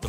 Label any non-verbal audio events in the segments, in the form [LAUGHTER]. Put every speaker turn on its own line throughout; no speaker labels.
The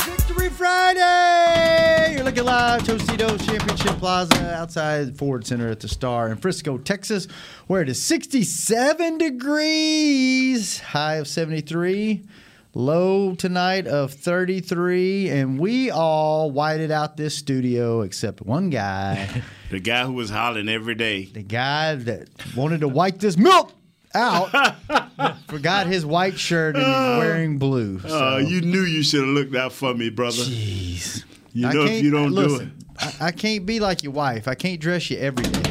Victory Friday! You're looking live, Tostitos Championship Plaza, outside Ford Center at the Star in Frisco, Texas, where it is 67 degrees, high of 73, low tonight of 33, and we all whited out this studio except one guy,
[LAUGHS]
[LAUGHS]
The guy who was hollering every day.
the guy that wanted to white this milk out, forgot his white shirt and is wearing blue. So.
Uh, Ah. you knew you should have looked out for me, brother.
Jeez.
You know if you don't do
it. I, I can't be like your wife. I can't dress you every day.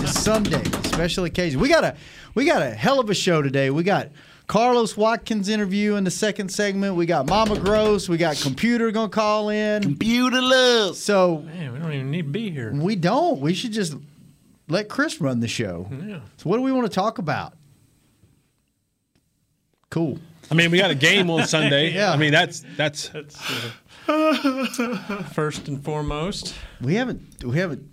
Just someday, special occasion. We got a we got a hell of a show today. We got Carlos Watkins interview in the second segment. We got Mama Gross. We got computer gonna call in.
Beautiful.
So
Man, we don't even need to be here.
we don't. We should just let Chris run the show. So what do we want to talk about? Cool.
I mean, we got a game on Sunday.
[LAUGHS] Yeah. uh,
I mean, that's that's, [LAUGHS] first and foremost.
We haven't. We haven't.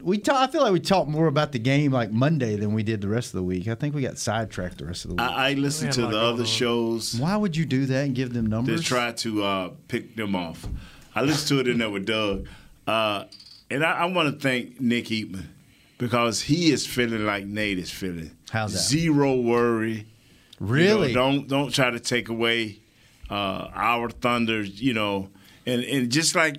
We talk, I feel like we talked more about the game like Monday than we did the rest of the week. I think we got sidetracked the rest of the week.
I, I listen
We
to
had a
the
lot going
other
on.
shows
Why would you do that and give them
to
numbers?
try to uh, pick them off. I listened to it in there with Doug. Uh, and I, I want to thank Nick Eatman because he is feeling like Nate is feeling.
How's that?
Zero worry. You know,
really?
don't don't try to take away uh, our thunder. You know, and and just like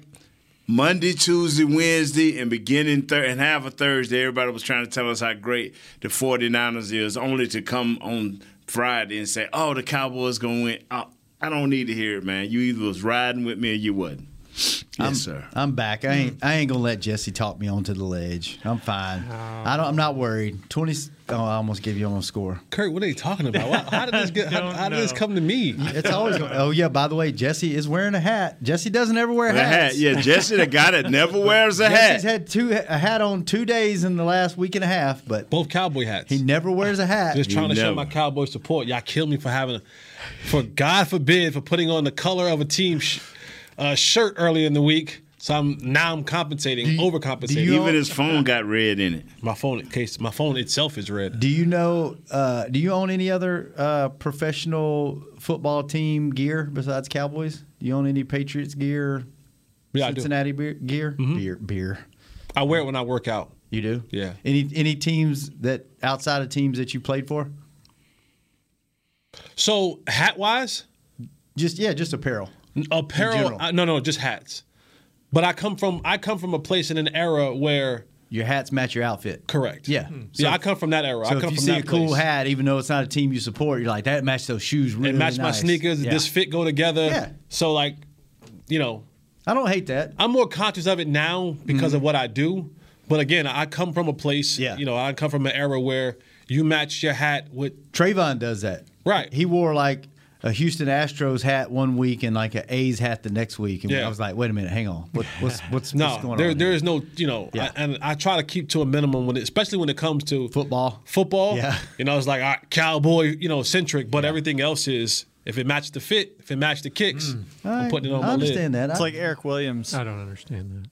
Monday, Tuesday, Wednesday, and beginning thir- and half of Thursday, everybody was trying to tell us how great the 49ers is, only to come on Friday and say, "Oh, the Cowboys gonna win." Oh, I don't need to hear it, man. You either was riding with me or you wasn't. Yes, sir.
I'm back. I ain't. I ain't gonna let Jesse talk me onto the ledge. I'm fine. I don't. I'm not worried. Twenty. Oh, I almost gave you on score.
Kurt, what are you talking about? Why- How did this get? How,
Don't
how did this
know.
come to me?
[LAUGHS] It's always. Going, oh yeah. By the way, Jesse is wearing a hat. Jesse doesn't ever wear
The hat,
hats.
yeah. Jesse, the guy that
[LAUGHS]
never wears a
Jesse's
hat.
had two a hat on two days in the last week and a half, but
Both cowboy hats.
he never wears a hat.
Just trying to show
never.
my cowboy support. Y'all killed me for having, a, for God forbid, for putting on the color of a team sh- uh, shirt earlier in the week. So I'm now I'm compensating, overcompensating.
Even his phone got red in it.
my phone case, my phone itself is red.
Do you know? Uh, do you own any other uh, professional football team gear besides Cowboys? Do you own any Patriots gear?
Yeah, I do. Mm-hmm.
Cincinnati beer, gear, beer, beer.
I wear it when I work out.
You do?
Yeah.
Any any teams that outside of teams that you played for?
So hat wise,
Just yeah, just apparel.
apparel
general.
I, no no just hats but i come from i come from a place in an era where
Your hats match your outfit.
correct
Yeah.
Hmm. yeah i come from that era
So
i come
if you
from
see
that
a cool
place.
hat, even though it's not a team you support, you're like that matched those shoes really
it matched my
nice."
sneakers
Yeah.
this fit go together
Yeah.
so like you know
I don't hate that. Mm-hmm.
i'm more conscious of it now because of what i do but again i come from a place
Yeah.
you know i come from an era where you match your hat with
Trayvon does that.
Right.
He wore like a Houston Astros hat one week and like an A's hat the next week, and
Yeah.
I was like, wait a minute, hang on, what, what's what's,
no
what's going
there,
on?
there
here?
is no you know
Yeah.
I, and i try to keep to a minimum when it, especially when it comes to
football.
football.
Yeah.
You know, it's like all right, cowboy, you know, centric, but everything else is if it matched the fit, if it matched the kicks, I'm
I,
putting it on
Mm. I
my
understand
lid.
that.
It's
I-
like Eric Williams.
I don't understand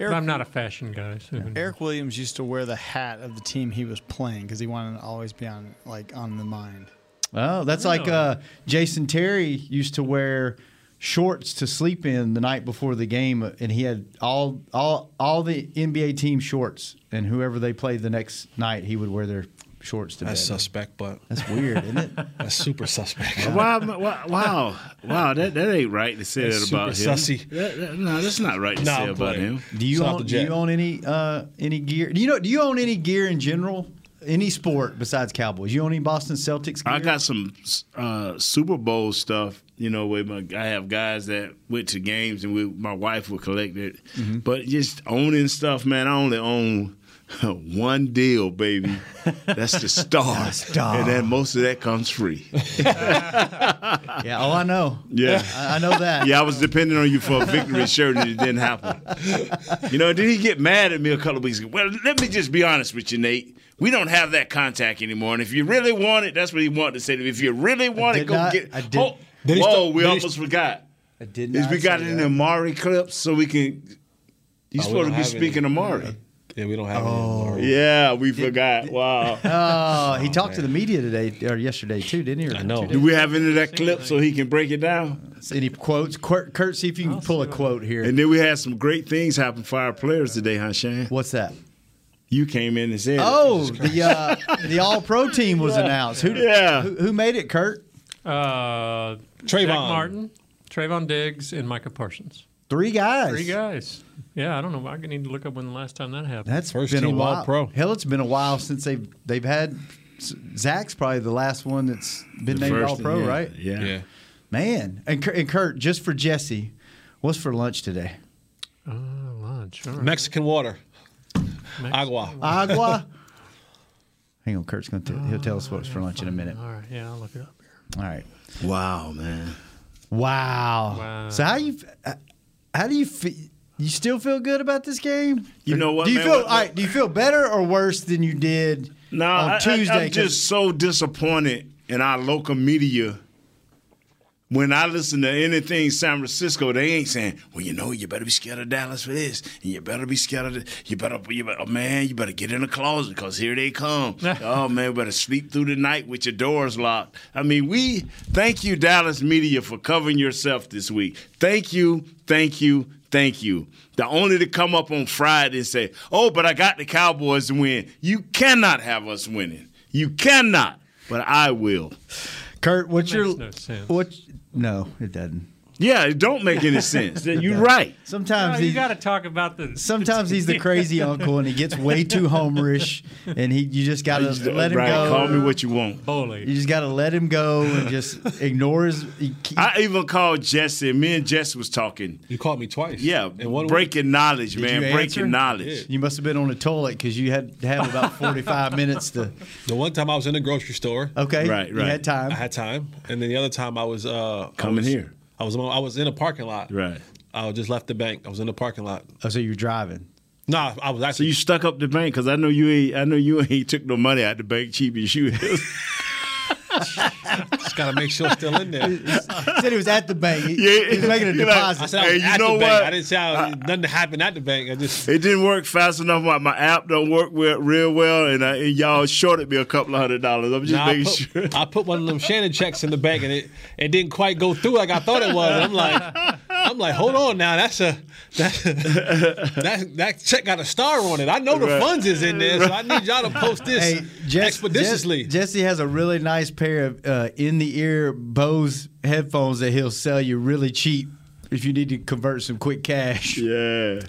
Eric,
I'm not a fashion guy. So
Mm-hmm.
Eric Williams used to wear the hat of the team he was playing because he wanted to always be on like on the mind.
oh, that's like uh, Jason Terry used to wear shorts to sleep in the night before the game, uh, and he had all all all the NBA team shorts, and whoever they played the next night, he would wear their shorts to
That's
bed.
suspect, but
That's weird, isn't it?
[LAUGHS] that's super suspect.
Wow, m- wow, wow, wow, that, that ain't right to say
That's
that about
super
him.
sussy.
That- that- no, that's not right to
Nah,
say
I'm
about
playing.
him.
Do you
Stop
own,
the
do you
jet.
own any uh, any gear? Do you know? Do you own any gear in general? Any sport besides Cowboys? You own any Boston Celtics gear?
I got some uh, Super Bowl stuff, you know, where my, I have guys that went to
Mm-hmm.
games and we, my wife would collect it. But just owning stuff, man, I only own [LAUGHS] One deal, baby. That's
[LAUGHS]
the star.
star.
And then most of that comes free.
[LAUGHS] Yeah. Oh, I know.
Yeah.
I I know
[LAUGHS]
that.
Yeah, I was depending on you for a victory shirt, and it didn't happen. You know, then he get mad at me a couple of weeks ago. Well, let me just be honest with you, Nate. We don't have that contact anymore, and if you really want it, that's what he wanted to say. If you really want it,
did
go
not-
get.
I did-
Oh,
Did he
whoa,
still-
we
did he
almost forgot.
I did
Is
not.
we got
say
it in
that.
Amari clips so we can. You're
Oh, we
supposed
don't
to be
have
speaking
any.
Amari.
Yeah, we don't have oh. any.
Yeah, we forgot. Wow.
Oh,
[LAUGHS]
he talked to the media today or yesterday too, didn't he?
I know.
Do we have any of that clip so he can break it down?
Any quotes? Kurt, Kurt, see if you can pull a quote here.
And then we had some great things happen for our players today, huh, Shane?
What's that?
You came in and said, it.
Oh, the uh, the All Pro team was announced. Who,
Yeah.
who who made it? Kurt.
Uh,
Trayvon.
Jack Martin, Trayvon Diggs, and Micah Parsons.
Three guys.
Three guys. Yeah, I don't know. I need to look up when the last time that happened.
That's
First
been a
team
while.
All-Pro.
Hell, it's been a while since they've they've had. Zach's probably the last one that's been
The
named
first
All Pro,
and-
right?
Yeah.
Yeah.
Man, and Kurt, and Kurt, just for Jesse, what's for lunch today?
Uh, lunch. All right.
Mexican water.
Mexican
Agua.
Agua. Hang on, Kurt's gonna tell, he'll tell us what's for lunch in a minute.
All right. Yeah, I'll look it up here.
All right.
Wow, man.
Wow.
Wow.
So how you uh, how do you fe- you still feel good about this game?
[LAUGHS] You know what,
Do you
man?
feel
What-
all right? Do you feel better or worse than you did
No,
on
I,
Tuesday?
am
'Cause-
just so disappointed in our local media. When I listen to anything San Francisco, they ain't saying, "Well, you know, you better be scared of Dallas for this, and you better be scared of, th- you better, you better, oh, man, you better get in the closet because here they
[LAUGHS]
come. oh man, you better sleep through the night with your doors locked." I mean, we thank you, Dallas media, for covering yourself this week. Thank you, thank you, Thank you. The only to come up on Friday and say, oh, but I got the Cowboys to win. You cannot have us winning. You cannot. But I will.
Kurt,
Makes
what's your
no sense.
what? No, it doesn't.
Yeah, it don't
[LAUGHS]
make any
[LAUGHS]
sense. You're right.
Sometimes
No,
he,
you got to talk about the. [LAUGHS]
sometimes
[LAUGHS]
he's the crazy uncle and he gets way too homerish, and he you just gotta let him
right.
go.
Call me what you want.
You
Bully.
just gotta let him go
[LAUGHS]
and just ignore his. he- he-
I even called Jesse. Me and Jesse was talking.
You called me twice.
Yeah,
In one week.
breaking knowledge,
Did
man.
you answer?
Breaking knowledge.
you must have been on the toilet because you had to have
[LAUGHS]
about forty five minutes to.
[LAUGHS] The one time I was in the grocery store,
Okay,
Right,
You
right.
had time.
I had time, and then the other time I was uh, I
Coming
was-
here.
I was I was in a parking lot.
Right.
I just left the bank. I was in the parking lot.
oh, so you're driving.
Nah, I was
So
actually.
you stuck up the bank because I know you ain't. I know you [LAUGHS] ain't took no money out the bank cheap as you is.
[LAUGHS]
[LAUGHS]
just gotta make sure it's still in there.
[LAUGHS] He said he was at the bank. He,
Yeah,
he was making a
you're like,
deposit.
I said I
Hey,
was
you
at
know
the bank.
what?
I didn't say
Ah.
I was, uh, nothing happened at the bank. I just
It didn't work fast enough. My, my app don't work well, real well, and, I, and y'all shorted me a couple of hundred dollars. I'm just
Nah, I,
making
put,
sure.
I put one of them Shannon checks in the bank and it, it didn't quite go through like I thought it was. I'm like, I'm like, hold on now. That's a that that, that check got a star on it. I know the
Right.
funds is in there, so I need y'all to post this
Hey, Jess,
expeditiously.
Jess- Jesse has a really nice pair of uh, in the ear Bose headphones that he'll sell you really cheap if you need to convert some quick cash.
Yeah.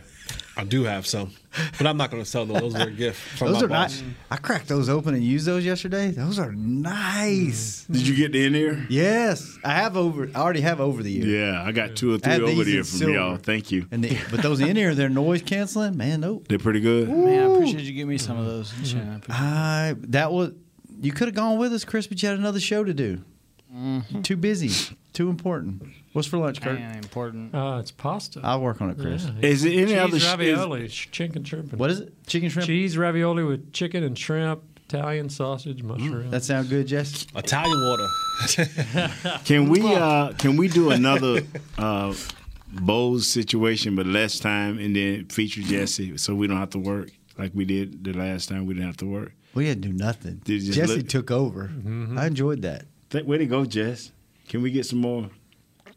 I do have some, but I'm not gonna sell those. Those were a gift
[LAUGHS]
from
Those
my
are
boss.
nice. I cracked those open and used those yesterday. Those are nice.
Mm.
Did you get in there?
Yes, I have over. I already have over the ear.
Yeah, I got two or
I
three
have
over
these
there
in
from
silver.
y'all. Thank you.
And the, but
[LAUGHS]
those in ear, they're noise canceling. Man, nope.
They're pretty good.
Man, I appreciate you giving me some of those. Shannon. I appreciate-
I that was. You could have gone with us, Chris, but you had another show to do.
Mm-hmm.
Too busy. Too important. What's for lunch, Kurt?
Man, important.
Uh, it's pasta.
I'll work on it, Chris.
Yeah.
Is it any
Cheese
other sh-
ravioli, sh- chicken shrimp. and-
What is it? Chicken shrimp.
Cheese ravioli with chicken and shrimp, Italian sausage, mushroom.
Mm, That sound good, Jess?
Italian water. [LAUGHS]
Can we uh can we do
[LAUGHS]
another uh Bose situation but less time and then feature Jesse so we don't have to work like we did the last time we didn't have to work.
We didn't do nothing.
Dude, just
Jesse
look-
took over.
Mm-hmm.
I enjoyed that.
Th- way to go, Jess. Can we get some more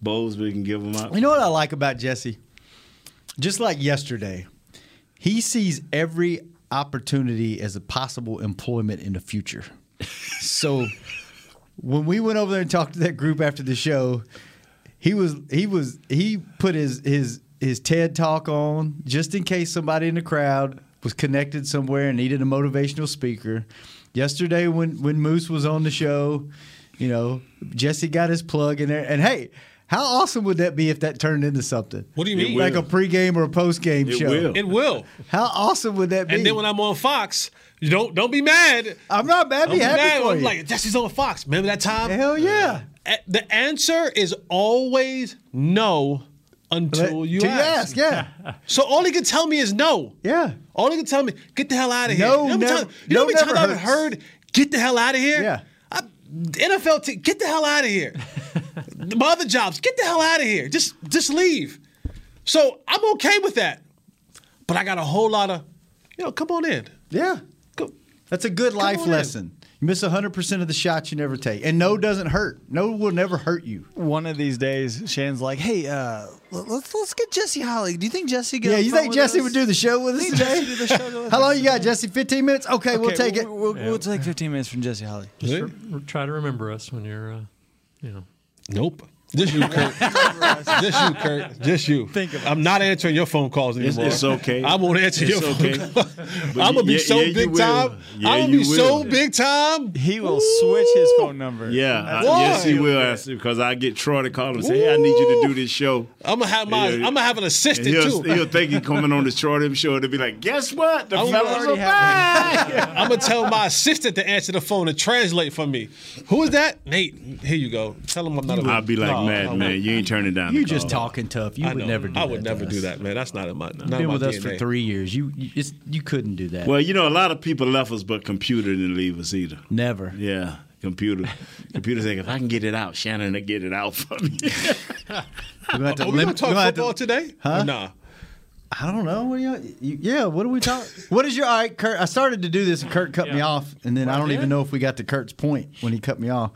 Bose we can give them out?
You know what I like about Jesse? Just like yesterday, he sees every opportunity as a possible employment in the future. so when we went over there and talked to that group after the show, he was he was he put his his his TED talk on just in case somebody in the crowd was connected somewhere and needed a motivational speaker. Yesterday when when Moose was on the show, you know, Jesse got his plug in there and hey, How awesome would that be if that turned into something?
What do you mean?
Like a pregame or a postgame
It
show.
will.
It will.
How awesome would that be?
And then when I'm on Fox, you don't don't be mad.
I'm not mad,
Don't
be
be
happy
mad.
for
I'm
you.
like Jesse's on Fox. Remember that time?
Hell yeah.
A- the answer is always no until
But-
you
to
ask.
yes, yeah.
[LAUGHS] So all he can tell me is no.
Yeah.
All he can tell me, get the hell out of
No,
here. You know how many
never-
times- you know
no
how many times
never
I've
hurts.
heard, get the hell out of here?
Yeah.
I, NFL team, get the hell out of here. My other jobs, get the hell out of here. Just just leave. So I'm okay with that. But I got a whole lot of, you know, come on in.
Yeah.
Go-
That's a good life
on in.
lesson. You miss 100% of the shots you never take. And no doesn't hurt. No will never hurt you.
One of these days, Shan's like, "Hey, uh, l- let's let's get Jesse Holly. Do you think Jesse? Get
Yeah,
up
you
front
think
with
Jesse
us?
would do the show with us
Think Jesse
today?
do the show with
[LAUGHS] How
us?
long you got, Jesse? 15 minutes? Okay, we'll
Okay,
take it.
We'll, we'll- we'll take 15 minutes from Jesse Holly.
Just re- re- try to remember us when you're, uh, you know.
Nope.
[LAUGHS]
Just you, Kurt. Just you, Kurt. [LAUGHS] Just you.
Think about
I'm not answering your phone calls
It's,
anymore.
it's okay.
I won't answer
It's
your phone
okay.
[LAUGHS] I'm gonna be
yeah-
so
yeah, you
big
will.
time.
Yeah,
I'm gonna
you
be so
will.
big time.
He will switch his phone number.
Yeah, I,
Why?
yes, he will ask because I get Troy to call him and say, "Hey, I need you to do this show."
I'm gonna have my.
Yeah, yeah.
I'm gonna have an
And
assistant
he'll,
too.
he'll think he's coming on the Troy Them show. They'll be like, "Guess what? The
I'm
fellas
already
are back."
I'm gonna tell my assistant to answer the phone and translate for me. Who is that? Nate. Here you go. Tell him I'm not. a-
I'll be like,
No, I
"Mad
won't.
man, you ain't turning down."
You
the
just
call.
talking tough. You
I
would
know.
never do
I
that.
would
to
never
us.
do that, man. That's not in my. Not in
Been
my
with us for
DNA.
three years. You you, it's, you couldn't do that.
Well, you know, a lot of people left us, but computer didn't leave us either.
Never.
Yeah, computer. Computer think if I can get it out, Shannon will get it out for
[LAUGHS]
me.
We're gonna have to
Are Oh, we gonna
limit-
talk
we're gonna have to-
football today? Huh? Nah.
I don't know. What do y'all, you, yeah, what do we talk? what is your? All right, Kurt. I started to do this, and Kurt cut me
Yeah.
off, and then I don't
did?
even know if we got to Kurt's point when he cut
[LAUGHS]
me off.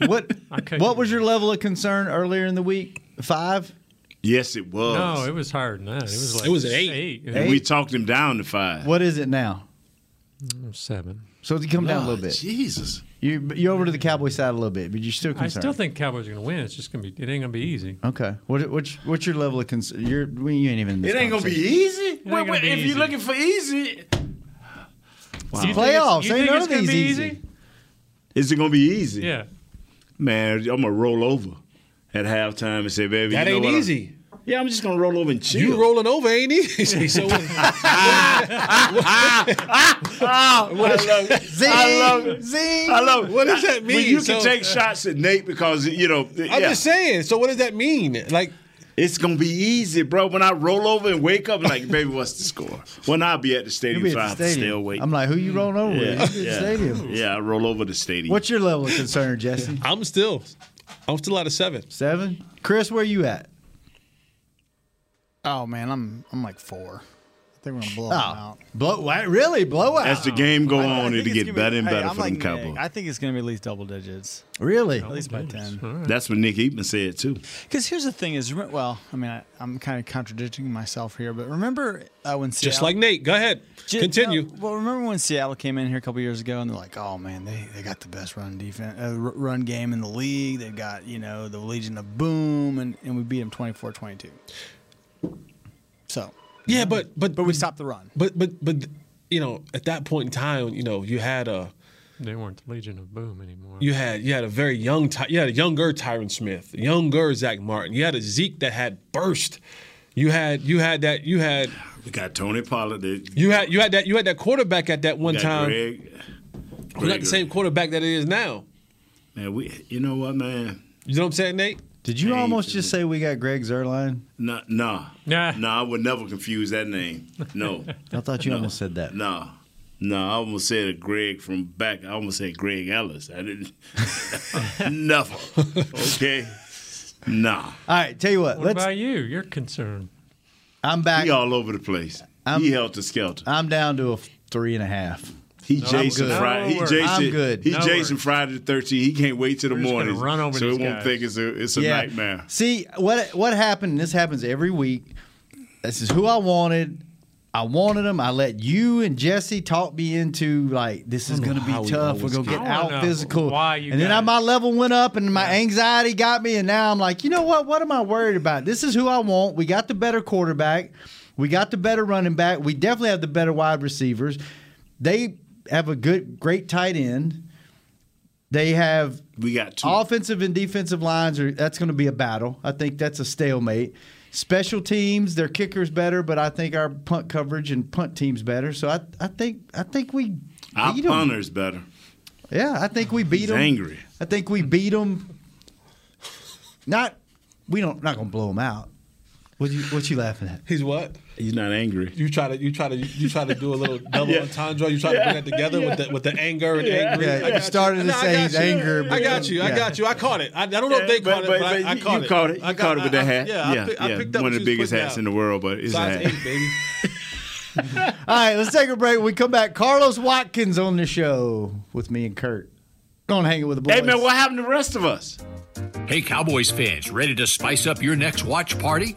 what?
I cut
What
you
was your level of concern earlier in the week? Five.
yes, it was.
No, it was higher than that. It was like
It was eight.
and we talked him down to five.
What is it now?
seven.
So it's come down a little bit.
Ah, Jesus.
You you're over to the Cowboy side a little bit, but you're still
I
concerned.
still think Cowboys are going to win. It's just going to be. It ain't going to be easy.
Okay. What what's what's your level of concern? You're we- you ain't even. in this
It ain't gonna be
conversation.
easy.
ain't gonna
Wait, wait,
be
if
easy.
you're looking for easy,
It's the playoffs.
You
ain't
think
none
it's
of
gonna
these
be
easy.
easy?
is it gonna be easy?
Yeah.
man, I'm gonna roll over at halftime and say, baby,
That
you know
ain't
what? I'm-
easy.
yeah, I'm just gonna roll over
[LAUGHS]
and chill.
You rolling over ain't easy. [LAUGHS]
[LAUGHS]
So
Ah,
[LAUGHS] I love
[LAUGHS]
it.
Zing,
I love it.
Zing.
I love it.
What does that
Well,
mean?
you
So-
can take shots at Nate because you know.
I'm
yeah.
just saying. So what does that mean? Like
It's gonna be easy, bro. When I roll over and wake up, like, baby, what's the score? Well, now I'll be at the stadium,
You'll be
so I
at
have
the
to stay
stadium.
awake.
I'm like, who you rolling over
yeah,
with? You be at the stadium.
yeah, I roll over the stadium.
What's your level of concern, Jesse?
I'm still, I'm still out of seven.
Seven. Chris, where you at?
Oh man, I'm I'm like four. I think we're gonna
Oh.
blow
Oh.
him out.
blow! why- Really, blowout.
As the game go
I
on,
think
it'll
it's
get
gonna
better
be-
and
hey,
better
I'm
for
like
them Cowboys.
Nick. I think it's gonna be at least double digits,
really?
at least by ten.
That's what Nick Eatman said too.
Because here's the thing: is rem- well, I mean, I, I'm kind of contradicting myself here, but remember uh, when Seattle,
Just like Nate. Go ahead.
Ju-
Continue.
no, well, remember when Seattle came in here a couple years ago, and they're like, "Oh man, they, they got the best run defense, uh, r- run game in the league. They've got you know the Legion of Boom, and, and we beat them 24-22." So,
Yeah, but but
but we stopped the run.
But but
[LAUGHS]
but you know, at that point in time, you know, you had a
They weren't the Legion of Boom anymore.
you had you had a very young Ty- you had a younger Tyron Smith, younger Zach Martin. You had a Zeke that had burst. You had you had that you had
We got Tony Pollard. They-
you had you had that you had that quarterback at that one
we got
time.
Greg.
Who's not the
Greg-
same quarterback that it is now.
Man, we. You know what, man?
You know what I'm saying, Nate?
Did you
Hey,
almost
dude.
just say we got Greg Zerline?
No, no,
Nah.
no. I would never confuse that name.
[LAUGHS]
No,
I thought you almost said that.
no, no. I almost said a Greg from back. I almost said Greg Ellis. I didn't. [LAUGHS] never. Okay. Nah.
All right, tell you what.
what
let's.
about you? You're concerned.
I'm back.
He all over the place.
I'm-
he helter skelter.
I'm down to a f- three and a half.
He Jason
good.
Friday. He
No
Jason.
worries. I'm good.
He
No
Jason
worries.
Friday the 13th. He can't wait till the
We're just gonna
morning.
run over
so
these
he won't
guys.
think it's a it's a nightmare.
See what what happened? and This happens every week. This is who I wanted. I wanted them. I let you and Jesse talk me into like this is going to
how
be
we
tough. We're
always
going to
get
get
it. I don't
out
know
physical.
why you
and then I,
guys-
my level went up, and my anxiety got me, and now I'm like, you know what? What am I worried about? This is who I want. We got the better quarterback. We got the better running back. We definitely have the better wide receivers. They have a good, great tight end They have
We got two.
offensive and defensive lines are that's going to be a battle. I think that's a stalemate. Special teams, their kickers better, but I think our punt coverage and punt teams better. So I, I think I think we
Our
beat 'em.
punter's better.
Yeah, I think we beat
He's
them.
angry.
I think we beat them. Not we don't not going to blow
[LAUGHS]
them out. What you what you laughing at?
He's what?
He's not angry.
You try to you try to you try to do a [LAUGHS] little double entendre. You try to bring that together with the with the anger and angry.
Yeah,
I
you
got
started to
I
say
got
he's
you.
angry,
I
but-
got you.
yeah.
I got you. I caught it. I, I don't know if they
but,
caught
but-
it, but,
but
I, I
you-
caught
you
it.
caught it. You
I
caught it with
I-
that
I-
hat.
Yeah,
Yeah,
I, pick- I
yeah.
picked up
One of
what
the
you
biggest
was putting
hats
down.
in the world, but it's a
Size
hat.
eight, baby.
All right, let's take a break. When we come back. Carlos Watkins on the show with me and Kurt. Going hanging with the boys.
Hey man, what happened to the rest of us?
Hey, Cowboys fans, ready to spice up your next watch party?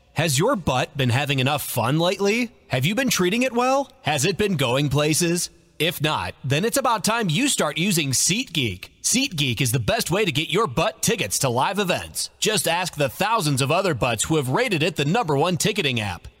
Has your butt been having enough fun lately? Have you been treating it well? Has it been going places? If not, then it's about time you start using SeatGeek. SeatGeek is the best way to get your butt tickets to live events. Just ask the thousands of other butts who have rated it the number one ticketing app.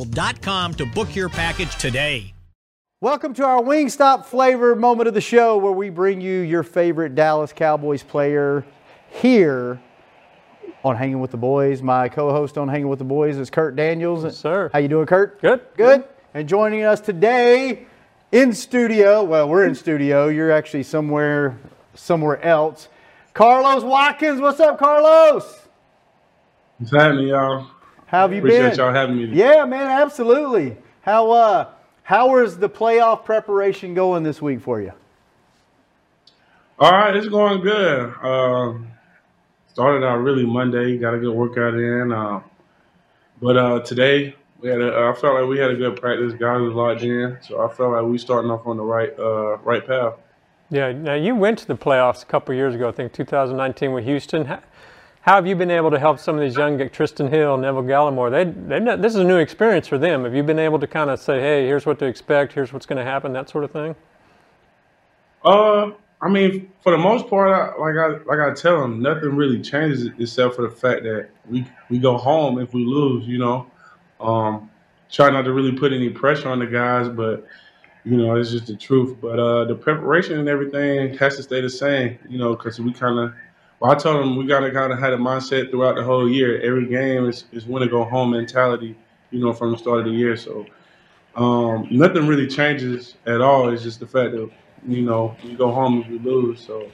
to book your package today.
Welcome to our Wingstop flavor moment of the show where we bring you your favorite Dallas Cowboys player here on Hanging with the Boys. My co-host on Hanging with the Boys is Kurt Daniels.
sir.
How you doing, Kurt?
Good.
Good. And joining us today in studio, well, we're in studio. You're actually somewhere somewhere else. Carlos Watkins, what's up, Carlos?
Thanks for having me, y'all.
How have you
Appreciate
been?
y'all having me.
Yeah, man, absolutely. How uh how is the playoff preparation going this week for you?
All right, it's going good. Um, started out really Monday, got a good workout in. Um, but uh, today we had a, I felt like we had a good practice. Guys was locked in, so I felt like we starting off on the right uh, right path.
Yeah. Now you went to the playoffs a couple years ago. I think 2019 with Houston. How, how have you been able to help some of these young guys, Tristan Hill, Neville Gallimore? They, they've not, this is a new experience for them. Have you been able to kind of say, hey, here's what to expect, here's what's going to happen, that sort of thing?
Uh, I mean, for the most part, I, like I like I tell them, nothing really changes except for the fact that we we go home if we lose. You know, um, try not to really put any pressure on the guys, but you know, it's just the truth. But uh, the preparation and everything has to stay the same. You know, because we kind of. Well, I told them we gotta kind of had a mindset throughout the whole year. Every game is is win or go home mentality. You know, from the start of the year, so um, nothing really changes at all. It's just the fact that you know you go home if you lose. So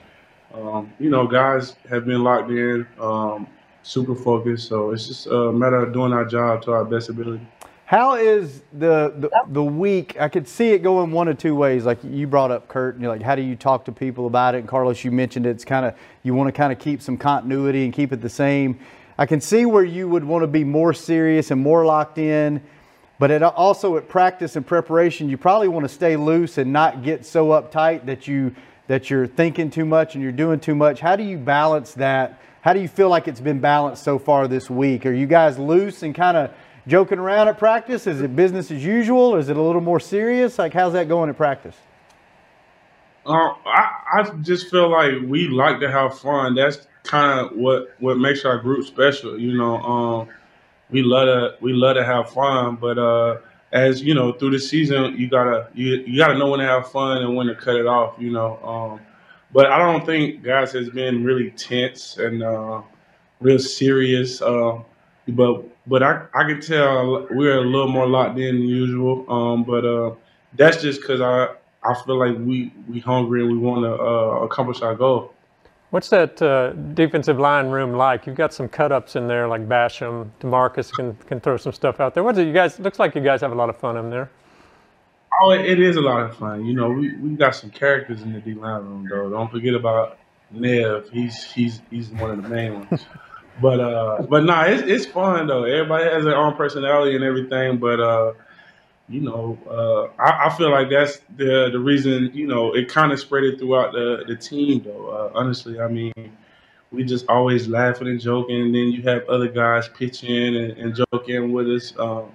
um, you know, guys have been locked in, um, super focused. So it's just a matter of doing our job to our best ability.
How is the, the the week? I could see it going one of two ways. Like you brought up, Kurt, and you're like, how do you talk to people about it? And Carlos, you mentioned it's kind of you want to kind of keep some continuity and keep it the same. I can see where you would want to be more serious and more locked in, but it also at practice and preparation, you probably want to stay loose and not get so uptight that you that you're thinking too much and you're doing too much. How do you balance that? How do you feel like it's been balanced so far this week? Are you guys loose and kind of joking around at practice? Is it business as usual? Is it a little more serious? Like, how's that going at practice?
Uh, I, I just feel like we like to have fun. That's kind of what, what makes our group special. You know, um, we love to we love to have fun, but uh, as you know, through the season, you gotta you, you gotta know when to have fun and when to cut it off. You know, um, but I don't think guys has been really tense and uh, real serious. Uh, but but I I can tell we're a little more locked in than usual. Um, but uh, that's just because I I feel like we we hungry and we want to uh, accomplish our goal.
What's that uh, defensive line room like? You've got some cut ups in there, like Basham, Demarcus can can throw some stuff out there. What's it? You guys looks like you guys have a lot of fun in there.
Oh, it it is a lot of fun. You know, we, we got some characters in the D line room though. Don't forget about Nev. He's he's he's one of the main ones. But uh, but nah, it's it's fun though. Everybody has their own personality and everything. But uh, you know, uh, I, I feel like that's the the reason. You know, it kind of spread it throughout the the team though. Uh, honestly, I mean, we just always laughing and joking, and then you have other guys pitching and, and joking with us. Um,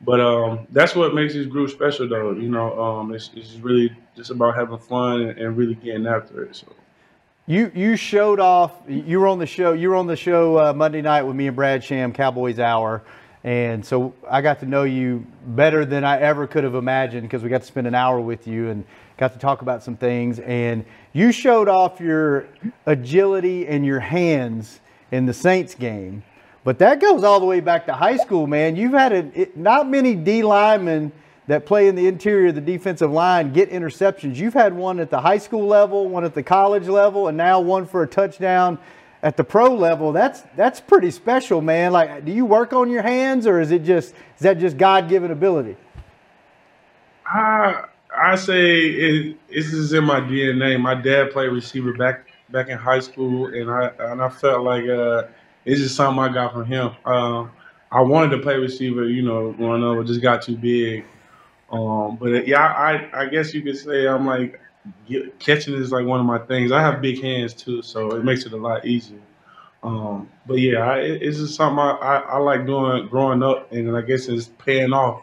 but um, that's what makes this group special though. You know, um, it's it's really just about having fun and, and really getting after it. So.
You you showed off. You were on the show. You were on the show uh, Monday night with me and Brad Sham, Cowboys Hour, and so I got to know you better than I ever could have imagined because we got to spend an hour with you and got to talk about some things. And you showed off your agility and your hands in the Saints game, but that goes all the way back to high school, man. You've had a, it, not many D linemen that play in the interior of the defensive line get interceptions. You've had one at the high school level, one at the college level, and now one for a touchdown at the pro level. That's that's pretty special, man. Like, do you work on your hands, or is it just is that just God given ability?
I I say it, this is in my DNA. My dad played receiver back back in high school, and I and I felt like uh, it's just something I got from him. Uh, I wanted to play receiver, you know, growing up, it just got too big. Um, but uh, yeah, I, I guess you could say I'm like get, catching is like one of my things. I have big hands too, so it makes it a lot easier. Um, but yeah, I, it- it's just something I, I, I like doing growing up, and I guess it's paying off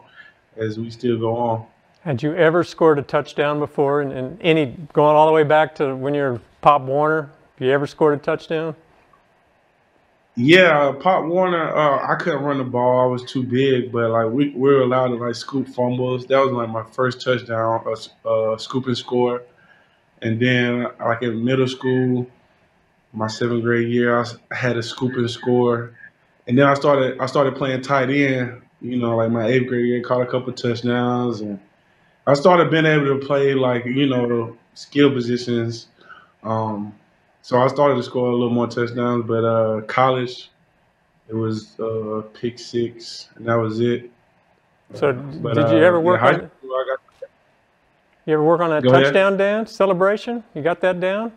as we still go on.
Had you ever scored a touchdown before? And, and any going all the way back to when you're Pop Warner? You ever scored a touchdown?
Yeah, Pop Warner, uh, I couldn't run the ball. I was too big, but like we, we were allowed to like scoop fumbles. That was like my first touchdown, a s- uh, scoop and score. And then like in middle school, my seventh grade year, I s- I had a scoop and score. And then I started I started playing tight end. You know, like my eighth grade year, caught a couple touchdowns, and I started being able to play like you know skill positions. Um, so I started to score a little more touchdowns, but uh, college, it was uh, pick six, and that was it.
So
Uh,
d-
but,
did
uh,
you ever
in
work
high
on?
school, I got-
You ever work on that
Go ahead.
touchdown dance celebration? You got that down?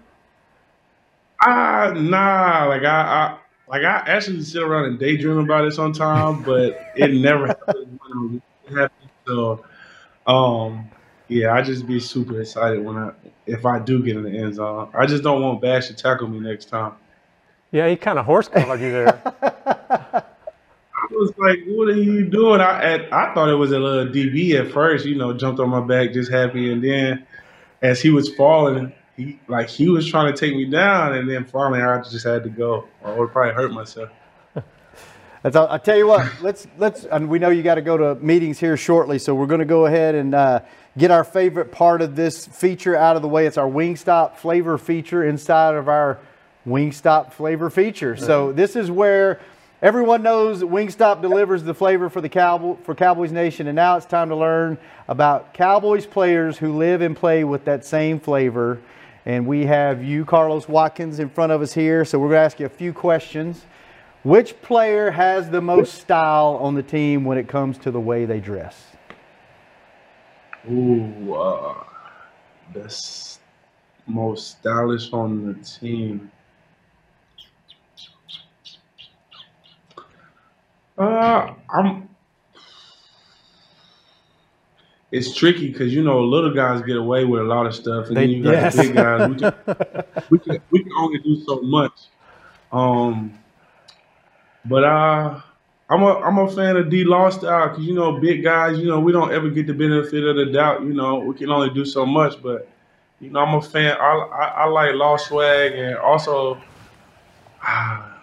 Ah, nah. Like I, I, like I actually sit around and daydream about it sometimes, but it
[LAUGHS]
never happens. When it happens. So, um, yeah, I just be super excited when I, if I do get in the end zone. I just don't want Bash to tackle me next time.
Yeah, he kind of horse collared you there.
[LAUGHS] I was like, "What are you doing?" I at, I thought it was a little DB at first, you know, jumped on my back just happy, and then as he was falling, he like he was trying to take me down, and then finally I just had to go. I would probably hurt myself.
That's all, I tell you what. Let's let's. And we know you got to go to meetings here shortly, so we're going to go ahead and uh, get our favorite part of this feature out of the way. It's our Wingstop flavor feature inside of our Wingstop flavor feature. So this is where everyone knows that Wingstop delivers the flavor for the Cowboy for Cowboys Nation, and now it's time to learn about Cowboys players who live and play with that same flavor. And we have you, Carlos Watkins, in front of us here. So we're going to ask you a few questions. Which player has the most style on the team when it comes to the way they dress?
Ooh, uh, that's most stylish on the team. Uh, I'm. It's tricky because you know little guys get away with a lot of stuff, and
They-
then you got
yes.
the big guys. We can, we can we can only do so much. Um, but uh, I'm a I'm a fan of D Law style because you know big guys. You know we don't ever get the benefit of the doubt. You know we can only do so much, but you know I'm a fan. I I, I like Law swag and also. [SIGHS] ah,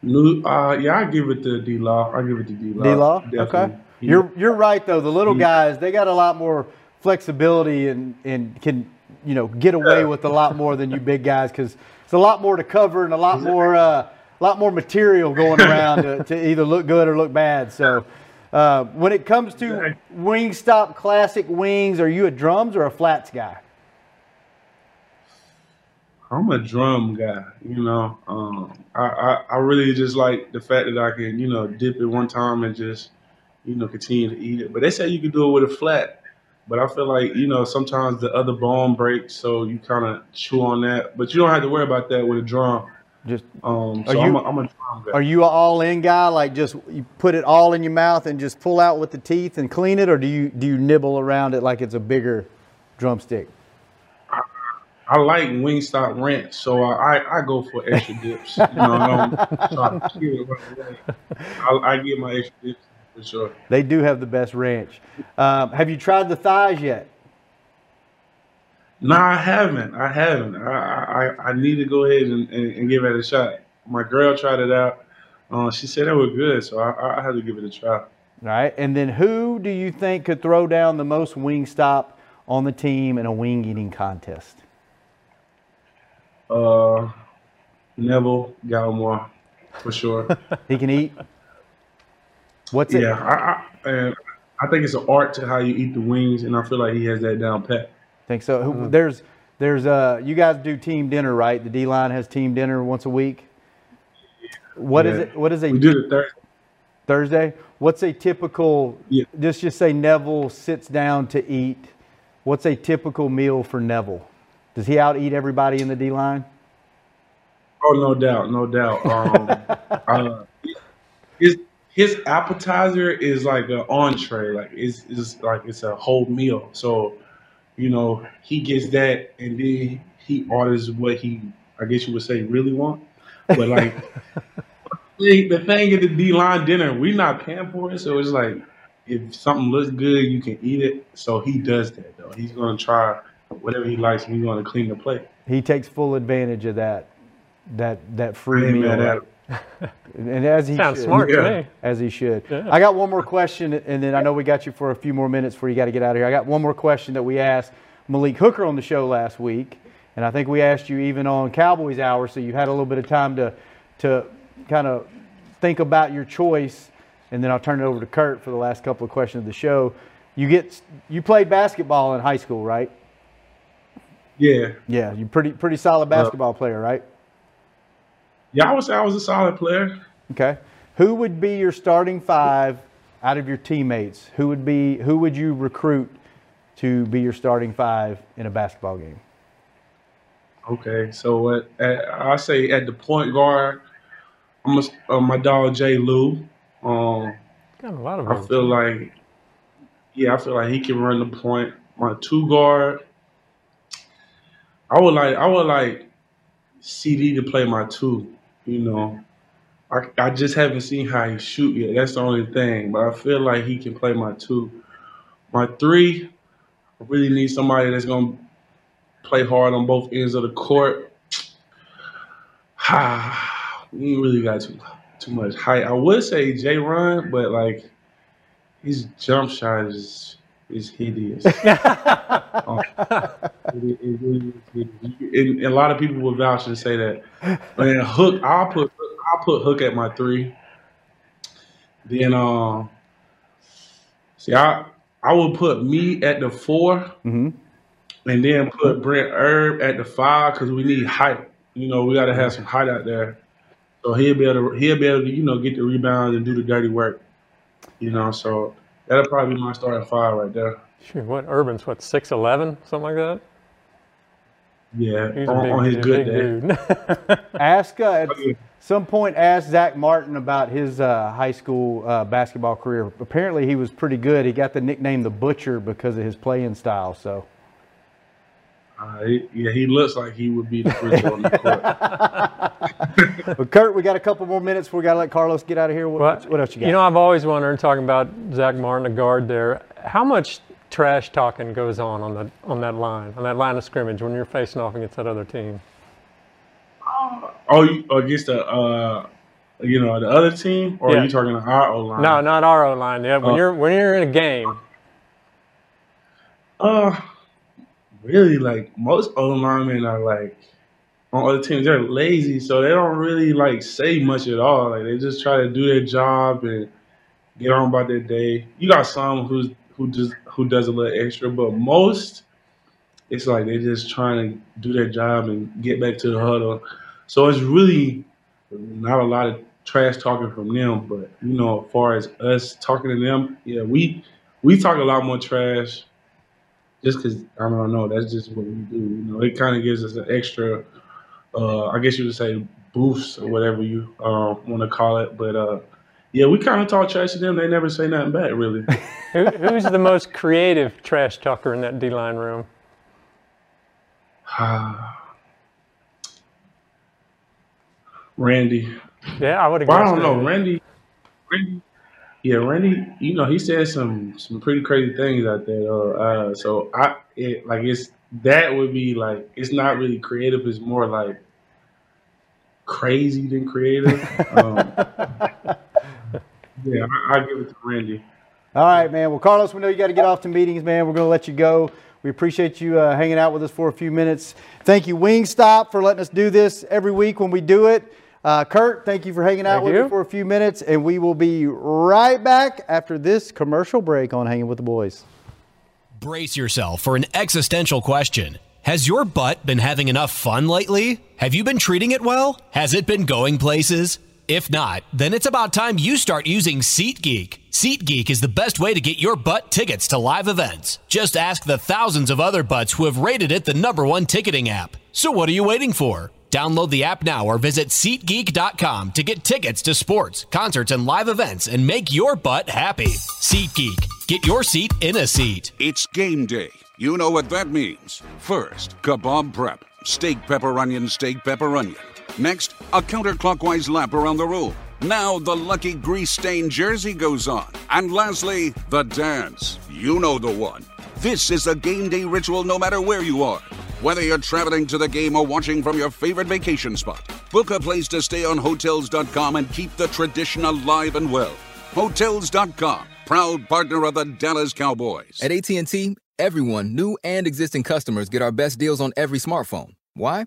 New, uh, yeah, I give it to D Law. I give it to D Law.
D Law. Okay. You're you're right though. The little guys they got a lot more flexibility and and can you know get away with a lot more than you big guys because it's a lot more to cover and a lot more uh, a lot more material going around to, to either look good or look bad. So. Uh, when it comes to Wingstop Classic wings, are you a drums or a flats guy?
I'm a drum guy, you know. Um, I, I I really just like the fact that I can, you know, dip it one time and just, you know, continue to eat it. But they say you can do it with a flat, but I feel like you know sometimes the other bone breaks, so you kind of chew on that. But you don't have to worry about that with a drum.
Just
um,
Are
so I'm,
you-
a, I'm a drum guy.
Are you an all in guy? Like just you put it all in your mouth and just pull out with the teeth and clean it, or do you do you nibble around it like it's a bigger drumstick?
I like Wingstop ranch, so I, I, I go for extra dips. You know, I'm, so
[LAUGHS]
I, kill it right away. I, I get my extra dips for sure.
They do have the best ranch. Um, have you tried the thighs yet?
No, I haven't. I haven't. I I, I need to go ahead and, and, and give it a shot. My girl tried it out. Uh, she said it was good, so I, I, I had to give it a try.
All right, and then who do you think could throw down the most wing stop on the team in a wing eating contest?
Uh, Neville Gallimore, for sure.
[LAUGHS] he can eat. What's
yeah,
it?
I, I, and I think it's an art to how you eat the wings, and I feel like he has that down pat.
Think so? Who-
Mm-hmm.
There's there's uh you guys do team dinner right? The D line has team dinner once a week. What is
Yeah.
it? What is a
We did it Thursday.
Thursday? What's a typical? Just just say Neville sits down to eat. What's a typical meal for Neville? Does he out eat everybody in the D line?
Oh, no doubt, no doubt. Um, uh, his his appetizer is like an entree, like it's, it's like it's a whole meal. So, you know, he gets that, and then he orders what he, I guess you would say, really want. But like [LAUGHS] the the thing at the D line dinner, we're not paying for it, so it's like if something looks good, you can eat it. So he does that though. He's gonna try whatever he likes, and he's gonna clean the plate.
He takes full advantage of that that that free
Amen,
meal.
Adam.
[LAUGHS] And as he
Sounds
should.
smart to Yeah. me.
As he should.
Yeah.
I got one more question, and then I know we got you for a few more minutes before you got to get out of here. I got one more question that we asked Malik Hooker on the show last week, and I think we asked you even on Cowboys Hour, so you had a little bit of time to to kind of think about your choice, and then I'll turn it over to Kurt for the last couple of questions of the show. You get you played basketball in high school, right?
Yeah. Uh,
Yeah, you pretty pretty solid basketball player, right?
Yeah, I would say I was a solid player.
Okay. Who would be your starting five out of your teammates? Who would be who would you recruit to be your starting five in a basketball
[LAUGHS]
game?
Okay, so what? At, I say at the point guard, I'm a, uh, my dog Jay Lou. Um,
Got a lot of
I
them.
feel like, yeah, I feel like he can run the point. My two guard, I would like, I would like CD to play my two. You know, I I just haven't seen how he shoot yet. That's the only thing. But I feel like he can play my two. My three, I really need somebody that's gonna play hard on both ends of the court. [SIGHS] we ain't really got too too much height. I would say J Ron, but like his jump shot is is hideous. Um, it- it really is hideous. and, and a lot of people will vouch and say that. But then Hook, I'll put I'll put Hook at my three. Then um, see, I I will put me at the 4
Mm-hmm.
and then put Brent Herb at the five because we need height. You know, we got to have some height out there. So he'll be able to he'll be able to you know get the rebounds and do the dirty work. You know, so that'll probably be my starting five right there.
Shoot, what Urban's what six eleven, something like that.
Yeah,
He's a
on,
big-
on his
he's a
good
big
day.
[LAUGHS]
[LAUGHS]
ask uh, at some point ask Zach Martin about his uh, high school uh, basketball career. Apparently, he was pretty good. He got the nickname the Butcher because of his playing
[LAUGHS]
style. So
[LAUGHS]
Uh, he- yeah, he looks like he would be the first on the court.
but Kurt, we got a couple more minutes. We got to let Carlos get out of here. What, what else you got?
You know, I've always wondered talking about Zach Martin, the guard there. How much trash talking goes on on that on that line, on that line of scrimmage when you're facing off against that other team?
Oh, you, against the uh, you know the other team, or
Yeah.
are you talking to our O line?
No, not our own line. Yeah, when
Oh.
you're when you're in a game,
Uh, really, like most O linemen are like on other teams, they're lazy, so they don't really like say much at all. Like they just try to do their job and get on about their day. You got some who's who just who does a little extra, but most it's like they're just trying to do their job and get back to the huddle. So it's really not a lot of trash talking from them, but you know, as far as us talking to them, yeah, we we talk a lot more trash just because I don't know. That's just what we do. You know, it kind of gives us an extra, uh, I guess you would say, boost or whatever you uh, want to call it. But uh, yeah, we kind of talk trash to them. They never say nothing back, really. [SIGHS]
who, who's the most creative trash talker in that D line room?
Randy.
Yeah, I would have.
Well, I don't know, Randy. Randy. Yeah, Randy. You know, he said some some pretty crazy things out there. though. Uh, so I it, like it's that would be like it's not really creative. It's more like crazy than creative. Um, yeah, I, I give it to Randy.
All right, man. Well, Carlos, we know you got to get off to meetings, man. We're going to let you go. We appreciate you uh, hanging out with us for a few minutes. Thank you, Wingstop, for letting us do this every week when we do it. Uh, Kurt, thank you for hanging out
Thank
with
you.
me for a few minutes, and we will be right back after this commercial break on Hanging with the Boys.
Brace yourself for an existential question. Has your butt been having enough fun lately? Have you been treating it well? Has it been going places? If not, then it's about time you start using SeatGeek. SeatGeek is the best way to get your butt tickets to live events. Just ask the thousands of other butts who have rated it the number one ticketing app. So what are you waiting for? Download the app now or visit SeatGeek.com to get tickets to sports, concerts, and live events and make your butt happy. SeatGeek. Get your seat in a seat.
It's game day. You know what that means. First, kebab prep. Steak, pepper, onion, steak, pepper, onion. Next, a counterclockwise lap around the room. Now, the lucky grease stained jersey goes on. And lastly, the dance. You know the one. This is a game day ritual no matter where you are. Whether you're traveling to the game or watching from your favorite vacation spot, book a place to stay on Hotels.com and keep the tradition alive and well. Hotels.com, proud partner of the Dallas Cowboys.
At AT&T, everyone, new and existing customers, get our best deals on every smartphone. Why?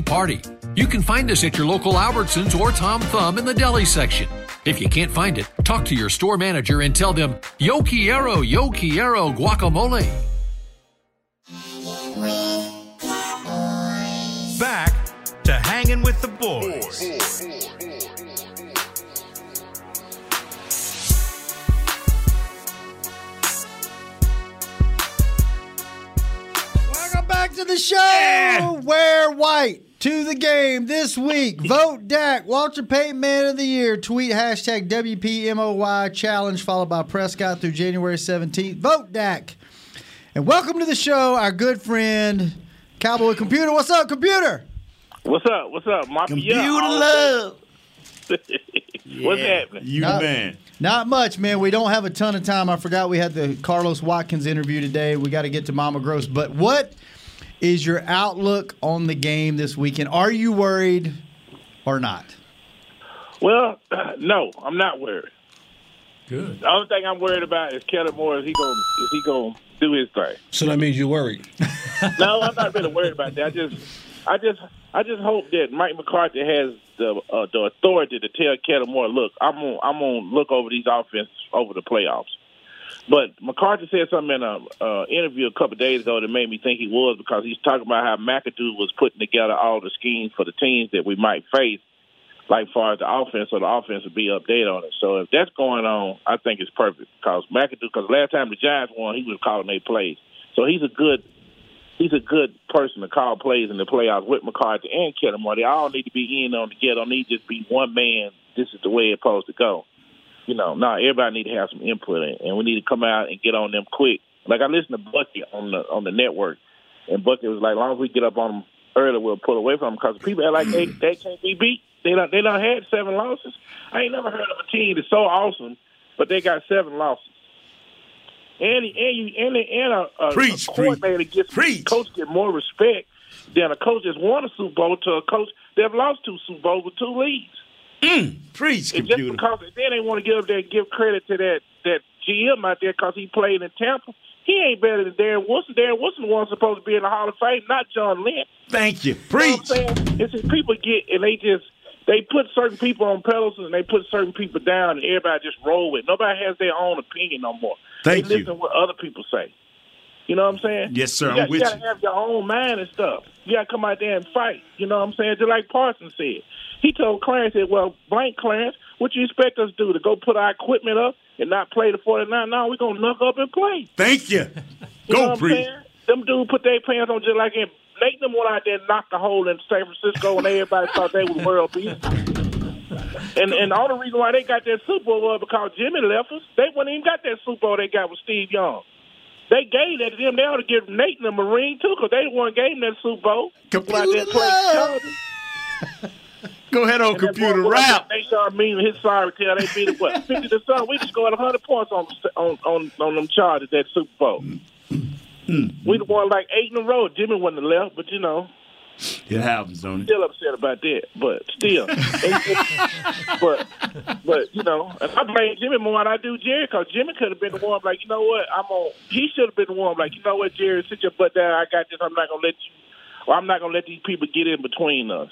party. You can find us at your local Albertsons or Tom Thumb in the deli section. If you can't find it, talk to your store manager and tell them, Yo quiero, yo quiero guacamole.
Back to hanging with the boys.
Welcome back to the show. Wear white to the game this week. Vote Dak, Walter Payton Man of the Year. Tweet hashtag WPMOY challenge followed by Prescott through January 17th. Vote Dak. And welcome to the show, our good friend, Cowboy Computer. What's up, computer?
What's up? What's up? My
Computer love.
[LAUGHS] What's happening?
Not- Not much, man. We don't have a ton of time. I forgot we had the Carlos Watkins interview today. We got to get to Mama Gross. But what is your outlook on the game this weekend? Are you worried or not?
Well, [CLEARS THROAT] no, I'm not worried.
Good.
The only thing I'm worried about is Keller Moore. Is he going? to Is he going to do his thing?
So that means you're worried.
no, I'm not really worried about that. I just, I just, I just hope that Mike McCarthy has the uh, the authority to tell Kettle Moore, look, I'm on I'm on look over these offense over the playoffs. But McCarthy said something in an uh, interview a couple of days ago that made me think he was because he's talking about how McAdoo was putting together all the schemes for the teams that we might face, like far as the offense, so the offense would be updated on it. So if that's going on, I think it's perfect because McAdoo, because last time the Giants won, he was calling their plays. So he's a good he's a good person to call plays in the playoffs with McCarthy and Kettemore. They all need to be in on together. Don't need to just be one man. This is the way it's supposed to go. You know, no, nah, everybody need to have some input, in, and we need to come out and get on them quick. Like I listened to Bucky on the on the network, and Bucky was like, "As long as we get up on them early, we'll pull away from them." Because people are like, "They they can't be beat. They don't they don't had seven losses. I ain't never heard of a team that's so awesome, but they got seven losses." and and you and and a, a,
preach,
a coordinator gets coach get more respect than a coach that's won a Super Bowl to a coach that lost two Super Bowls with two leads.
Mm, preach,
and just because then they want to get up there and give credit to that that GM out there because he played in Tampa. He ain't better than Darren Wilson. Darren Wilson was supposed to be in the Hall of Fame, not John Lynn.
Thank you.
Preach. You know what I'm saying? It's just people get and they just they put certain people on pedestals and they put certain people down, and everybody just roll with. it. Nobody has their own opinion no more.
Thank
they
you.
listen to what other people say. You know what I'm saying?
Yes, sir.
You
I'm
got,
with
you. gotta have your own mind and stuff. You gotta come out there and fight. You know what I'm saying? Just like Parsons said. He told Clarence, said, Well, blank Clarence, what you expect us to do? To go put our equipment up and not play the 49? No, we're gonna knuck up and play.
Thank you.
[LAUGHS] You
Go,
know what
Preach.
I'm saying? Them dudes put their pants on just like in Nate them went out there and knocked a hole in San Francisco and everybody thought they were world beaters. And and all the reason why they got that Super Bowl was because Jimmy left us. They wouldn't even got that Super Bowl they got with Steve Young. They gave that to them. They ought to give Nate and the Marine too, because they the one gave them that Super Bowl. Computer
Go ahead on computer
rap.
rap.
They start meaning his sorry tail. They beat it what fifty to something. We just scored hundred points on on on on them Chargers that Super Bowl. We the won like eight in a row. Jimmy wasn't left, but you know.
It happens, don't it?
Still upset about that, but still. but but you know, if I blame Jimmy more than I do Jerry, because Jimmy could have been the one like, you know what, I'm on. He should have been the one like, you know what, Jerry, sit your butt down. I got this. I'm not gonna let you, or I'm not gonna let these people get in between us.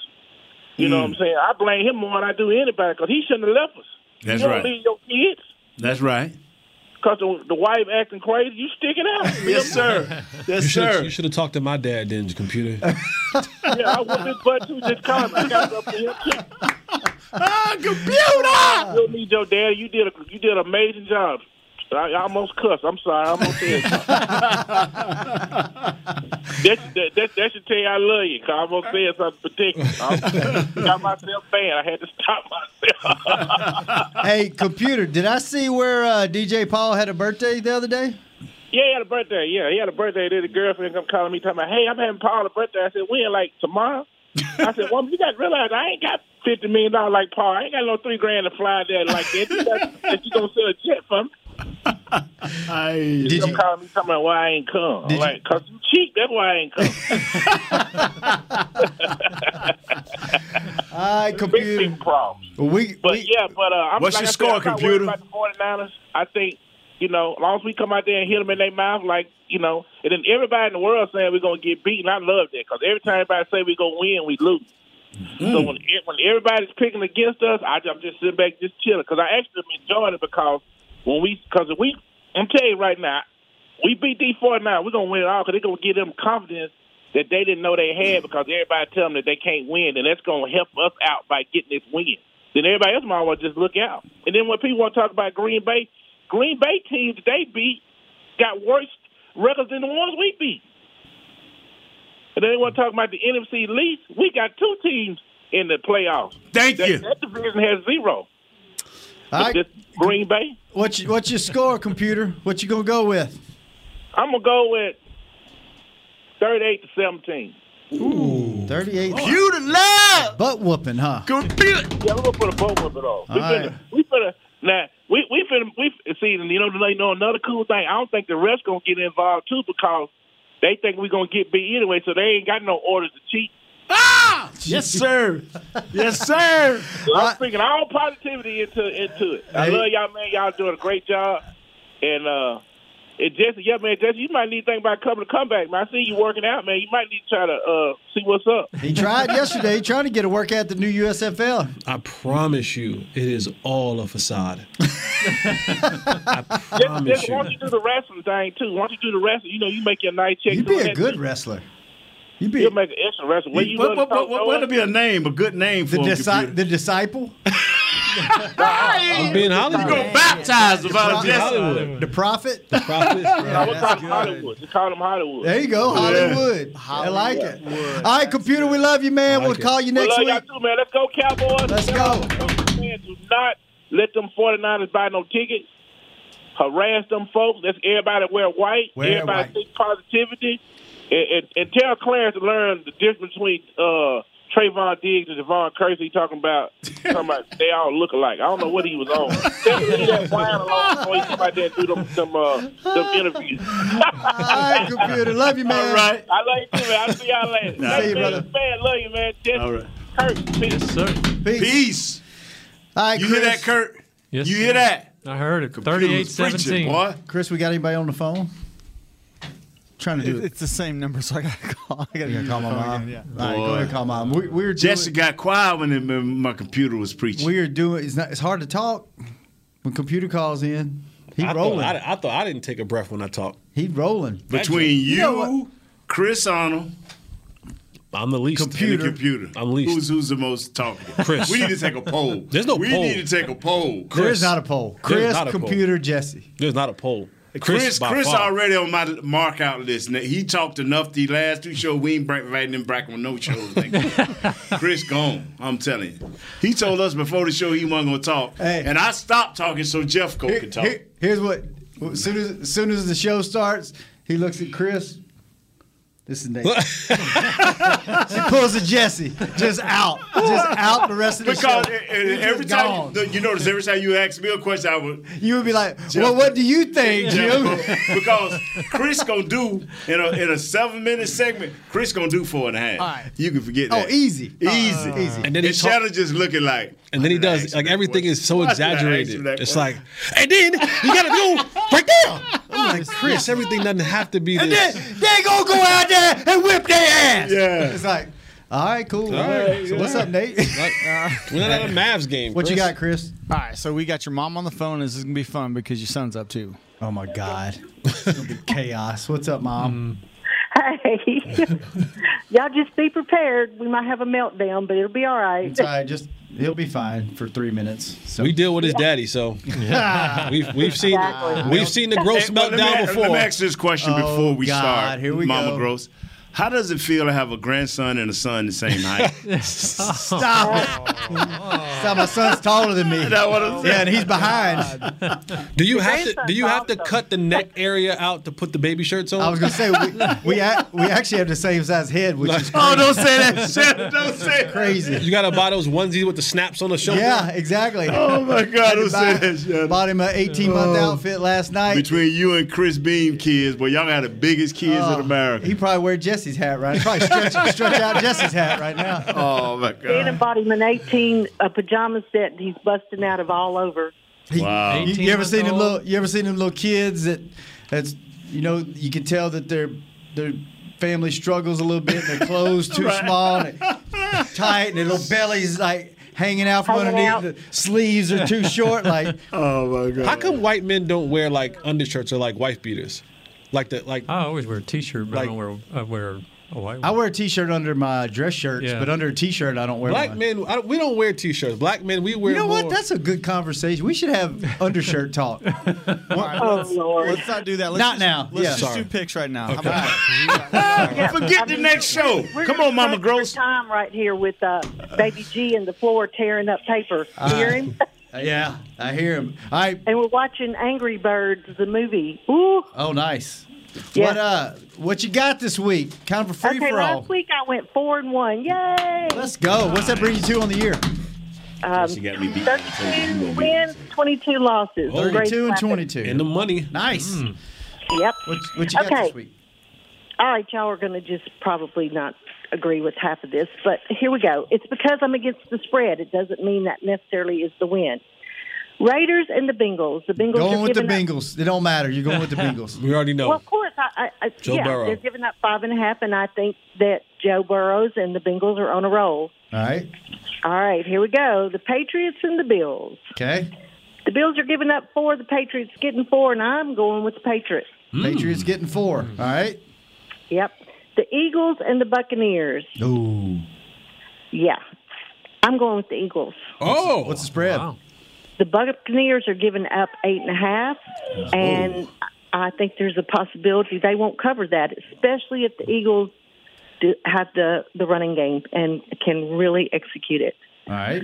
You know
Mm.
what I'm saying? I blame him more than I do anybody because he shouldn't have left us.
That's
you don't
right.
leave your kids
That's right.
because the, the wife acting crazy. You sticking out.
[LAUGHS] yes, sir. Yes,
you should've-
sir.
You should have talked to my dad then, [LAUGHS] computer.
yeah, I want his butt too. Just comment. I got it up here too.
Ah, computer!
You don't need your daddy. You did a you did an amazing job. I, I almost cussed. I'm sorry. I almost said. something. that, that, that, that should tell you I love you. 'cause I almost said something particular. I got myself banned. I had to stop myself.
hey, computer, did I see where uh, DJ Paul had a birthday the other day?
yeah, he had a birthday. Yeah, he had a birthday. Then the girlfriend come calling me talking about, hey, I'm having Paul's birthday. I said, when? Like tomorrow? I said, well, you got to realize I ain't got fifty million dollars like Paul. I ain't got no three grand to fly there like that. You got- That you gonna sell a jet for me?
Did
you call me talking about why I ain't come? I'm like, cause you cheap. That's why I ain't come.
I computer.
problems.
We,
But yeah, but uh, I'm,
What's
like
your
I
score,
said, I'm not
computer?
worried About the 49ers. I think you know, as long as we come out there and hit them in their mouth, like you know, and then everybody in the world saying we're gonna get beaten. I love that because every time everybody say we're gonna win, we lose.
Mm.
So when e- when everybody's picking against us, I, I'm just sitting back, just chilling because I actually am enjoying it because when we because we I'm telling you right now, we beat D four now. We're gonna win it all because they're gonna give them confidence that they didn't know they had because everybody tell them that they can't win, and that's gonna help us out by getting this win. Then everybody else might want to just look out. And then when people want to talk about Green Bay, Green Bay teams that they beat got worse records than the ones we beat. And then they want to talk about the NFC least. We got two teams in the playoffs.
Thank
that,
you.
That division has zero.
I-
Just Green Bay.
What's your, what's your score, computer? What you gonna go with?
I'm gonna go with thirty-eight to seventeen.
Ooh, thirty-eight.
Computer love.
Butt whooping, huh?
Yeah, we're gonna put a bow with it all. We
All
finna,
right.
we finna, now we we finna, we see. and You know, you know, another cool thing. I don't think the refs gonna get involved too because they think we're gonna get beat anyway, so they ain't got no orders to cheat.
Ah, yes, sir. Yes, sir.
So I'm bringing all positivity into into it. I
Hey.
love y'all, man. Y'all doing a great job, and uh, And Jesse, yeah, man, Jesse, you might need to think about coming to come back, man. I see you working out, man. You might need to try to uh, see what's up.
He tried yesterday. He tried to get a workout at the new USFL.
I promise you, it is all a facade.
Jesse,
promise
Jesse,
you.
why don't you do the wrestling thing too? Why don't you do the wrestling? You know, you make your night check.
You'd be
doing
a
that
good
thing.
wrestler.
You'd be. You'll make an excellent wrestler. Where you
what,
gonna
what,
talk,
what, what, what'd be a name, a good name for
The,
him,
disi- the disciple.
[LAUGHS]
I'm being Hollywood. You [LAUGHS] gonna baptize about
The
Jesse?
prophet. The
[LAUGHS]
prophet. [LAUGHS]
I would call him Hollywood. Just call him Hollywood.
There you go, Hollywood. I like it. All right, computer, we love you, man. we'll call you next
we
week.
love Y'all too, man. Let's go, Cowboys.
Let's
go. Man, do not let them 49ers buy no ticket. Harass them folks. Let's everybody wear white.
Wear
everybody
white.
think positivity. And, and, and tell Clarence to learn the difference between uh, Trayvon Diggs and Devon Kersey talking about, talking about they all look alike. I don't know what he was on. Tell him to leave that [LAUGHS] wine alone before he come out there and do them, them, uh,
[LAUGHS]
them interviews.
All right, computer. Love you, man.
All right. I love you too, man. I'll see y'all later.
See
Thanks,
you,
man.
brother.
Man, love you, man. Just All right. Kurt, peace.
Yes, sir.
Peace.
Peace.
All right,
you hear that, Kurt? you hear that?
I heard it.
Computer was preaching,
38-17.
boy.
Chris, we got anybody on the phone? trying to do it.
It's the same number, so I gotta call. I gotta
You
use
gonna call
the
my
phone
mom?
again,
All right, go
Boy.
ahead and call mom. We, we were
Jesse got quiet when, it- when my computer was preaching.
We are doing. It's not. It's hard to talk when computer calls in. He
I
rolling.
Thought, I, I thought I didn't take a breath when I talked.
He rolling.
Between you,
know what?
Chris Arnold.
I'm the least.
Computer. And the computer. I'm least. Who's, who's the most talkative?
Chris.
We need to take a poll.
There's no
we
poll.
need to take a poll.
There is not a poll.
There is
Chris,
not a poll.
computer, Jesse.
There's not a poll.
Chris, Chris,
by far.
already on my mark out list. Now, He talked enough the last two shows. We ain't bring- inviting him back on no shows. Thank you.
[LAUGHS]
Chris gone. I'm telling you. He told us before the show he wasn't gonna talk,
Hey.
and I stopped talking so Jeff Cole could talk.
Here- here's what. As soon as, as soon as the show starts, he looks at Chris. This is Nate. [LAUGHS] he pulls a Jesse just out, just out the rest of the
because
show.
and- and
He's
every
just
time
gone.
you, you notice, every time you ask me a question, I would
you would be like,
Jeff-
"Well, what do you think, Jim?"
because Chris gonna do in a in a seven minute segment. Chris gonna do four and a half.
All right.
You can forget
Oh,
that.
easy. Uh,
easy,
Easy.
And
And
then
then he
and
talk-
Shadow just looking like.
And then he does like everything is
[LAUGHS]
so exaggerated. It's like, and then you gotta go right
[LAUGHS]
there. I'm like, Chris, everything doesn't have to be
Oh, And
this.
then they gonna go out there and whip their ass.
Yeah.
It's like, [LAUGHS] all right, cool.
All right,
so what's
yeah. uh,
up, Nate? [LAUGHS]
We're not at a Mavs game.
What you
Chris.
got, Chris?
All right, so we got your mom on the phone. This is gonna be fun because your son's up too.
Oh my God,
[LAUGHS]
chaos. What's up, mom?
[LAUGHS] Hey, y'all just be prepared. We might have a meltdown, but it'll be all right.
It's all right. Just he'll be fine for three minutes. So
We deal with his daddy,
[LAUGHS]
so we've we've seen
Exactly.
we've seen the gross
Hey, well, let me-
meltdown before.
Let me ask this question
Oh,
before we
God,
start,
here we
Mama
go.
Gross. How does it feel to have a grandson and a son the same height?
[LAUGHS] Stop it. Stop. My son's taller than me. yeah, and he's behind.
Do you have to do you have to cut the neck area out to put the baby shirts on?
I was gonna say we
[LAUGHS]
we, a- we actually have the same size head, which [LAUGHS] is
Oh,
crazy.
don't say that shit. Don't say
that. Crazy.
You gotta buy those onesies with the snaps on the shoulder.
[LAUGHS] Yeah, exactly.
Oh, my God,
Had to
don't say
buy-
that
Bought him an 18 month
Oh.
outfit last night.
Between you and Chris Beam kids, boy, y'all got the biggest kids
Oh,
in America.
He probably wear Jesse's hat right.
[LAUGHS]
Probably stretch, stretch out Jesse's hat right now.
Oh my
Dan
God!
and bought him an 18 a pajama set that he's busting out of all over.
He-
Wow.
You, you ever
18
seen them
month
little? You ever seen them little kids that that's you know you can tell that their their family struggles a little bit.
[LAUGHS]
Their clothes too
Right.
small and it- tight, and their little bellies like hanging out from
Hanging
underneath.
out.
The sleeves are too short. Like
[LAUGHS] oh my god!
How come white men don't wear like undershirts or like wife beaters? Like the like
I always wear a t-shirt, but I don't wear I wear a white
I wear a t-shirt under my dress shirts,
Yeah.
but under a t-shirt I don't wear.
black
one.
men. I don't, we don't wear t-shirts. Black men we wear.
You know
more,
what? That's a good conversation. We should
[LAUGHS]
have undershirt talk.
let's, let's not do that. Let's
Not
just-
now.
Let's
Yeah.
just
Sorry.
do picks right now. How
Okay.
about
Forget the next show. Come on, Mama Gross.
Time right here with uh, Baby G in the floor tearing up paper. You hear him?
Uh, yeah, I hear him. All right.
And we're watching Angry Birds, the movie. Ooh.
Oh, nice.
Yeah.
What uh? What you got this week? Kind of a free
okay,
for all.
last week I went four and one. Yay!
Let's go. What's that bring you to on the year?
Um,
You got me beat.
Thirty-two wins, twenty-two losses. Great
32 Oh. and
clapping.
22. And
the money.
Nice.
Mm.
Yep.
What, what you got
Okay.
this week?
All right, y'all are going to just probably not agree with half of this, but here we go. It's because I'm against the spread. It doesn't mean that necessarily is the win. Raiders and the Bengals. The Bengals
Going
are
with the
giving up-
Bengals. It don't matter.
[LAUGHS]
You're going with the Bengals.
we already
Well, of course, I, I, I
Joe
yeah,
Burrow.
they're giving up five and a half, and I think that Joe Burrows and the Bengals are on a roll.
All right.
All right, here we go. The Patriots and the Bills.
Okay.
The Bills are giving up four. The Patriots getting four, and I'm going with the Patriots.
Hmm.
Patriots getting four. All right.
Yep. The Eagles and the Buccaneers.
Ooh.
Yeah, I'm going with the Eagles.
Oh. What's the spread?
The Buccaneers are giving up eight and a half,
Uh-huh.
and I think there's a possibility they won't cover that, especially if the Eagles do have the the running game and can really execute it.
All right.